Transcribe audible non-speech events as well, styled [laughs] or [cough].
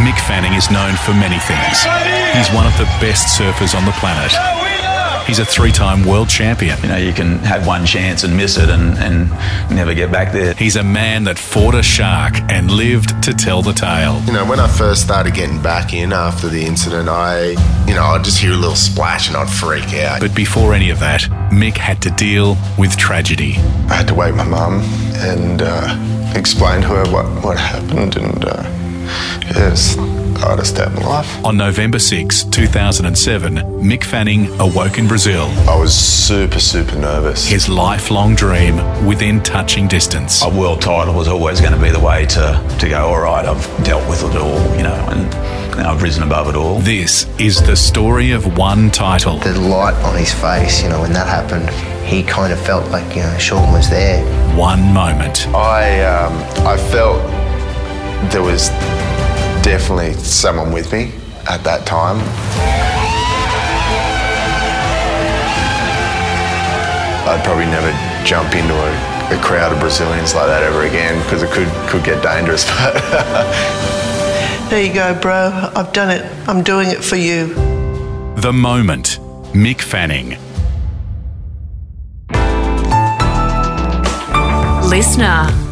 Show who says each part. Speaker 1: Mick Fanning is known for many things. He's one of the best surfers on the planet. He's a three time world champion.
Speaker 2: You know, you can have one chance and miss it and, and never get back there.
Speaker 1: He's a man that fought a shark and lived to tell the tale.
Speaker 3: You know, when I first started getting back in after the incident, I, you know, I'd just hear a little splash and I'd freak out.
Speaker 1: But before any of that, Mick had to deal with tragedy.
Speaker 4: I had to wake my mum and uh, explain to her what, what happened and uh, yes, I had a stab in life.
Speaker 1: On November 6, 2007, Mick Fanning awoke in Brazil,
Speaker 4: I was super, super nervous.
Speaker 1: his lifelong dream within touching distance.
Speaker 2: A world title was always going to be the way to, to go, all right, I've dealt with it all, you know, and, and I've risen above it all.
Speaker 1: This is the story of one title.
Speaker 5: the light on his face, you know, when that happened, he kind of felt like, you know, Sean was there.
Speaker 1: one moment.
Speaker 4: I, um, I felt there was definitely someone with me at that time. I'd probably never jump into a, a crowd of Brazilians like that ever again because it could, could get dangerous. [laughs] But
Speaker 6: There you go, bro. I've done it. I'm doing it for you.
Speaker 1: The moment. Mick Fanning.
Speaker 7: Listener.